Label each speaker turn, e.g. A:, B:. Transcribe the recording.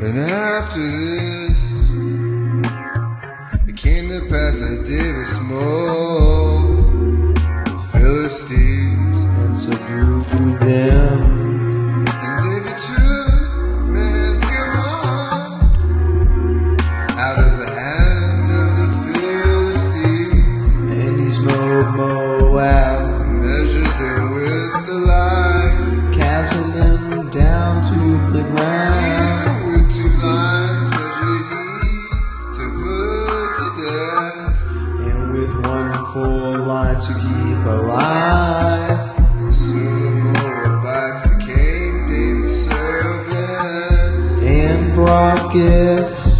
A: And after this, it came to pass I did a smoke the Philistines
B: and subdue them.
A: and did the true men come on out of the hand of the Philistines,
B: And he smote Moab,
A: measured them with the line,
B: casting them down to the ground.
A: even with two lines measured he to put to death.
B: And with one full line to keep alive.
A: Soon the Moabites became David's servants
B: And brought gifts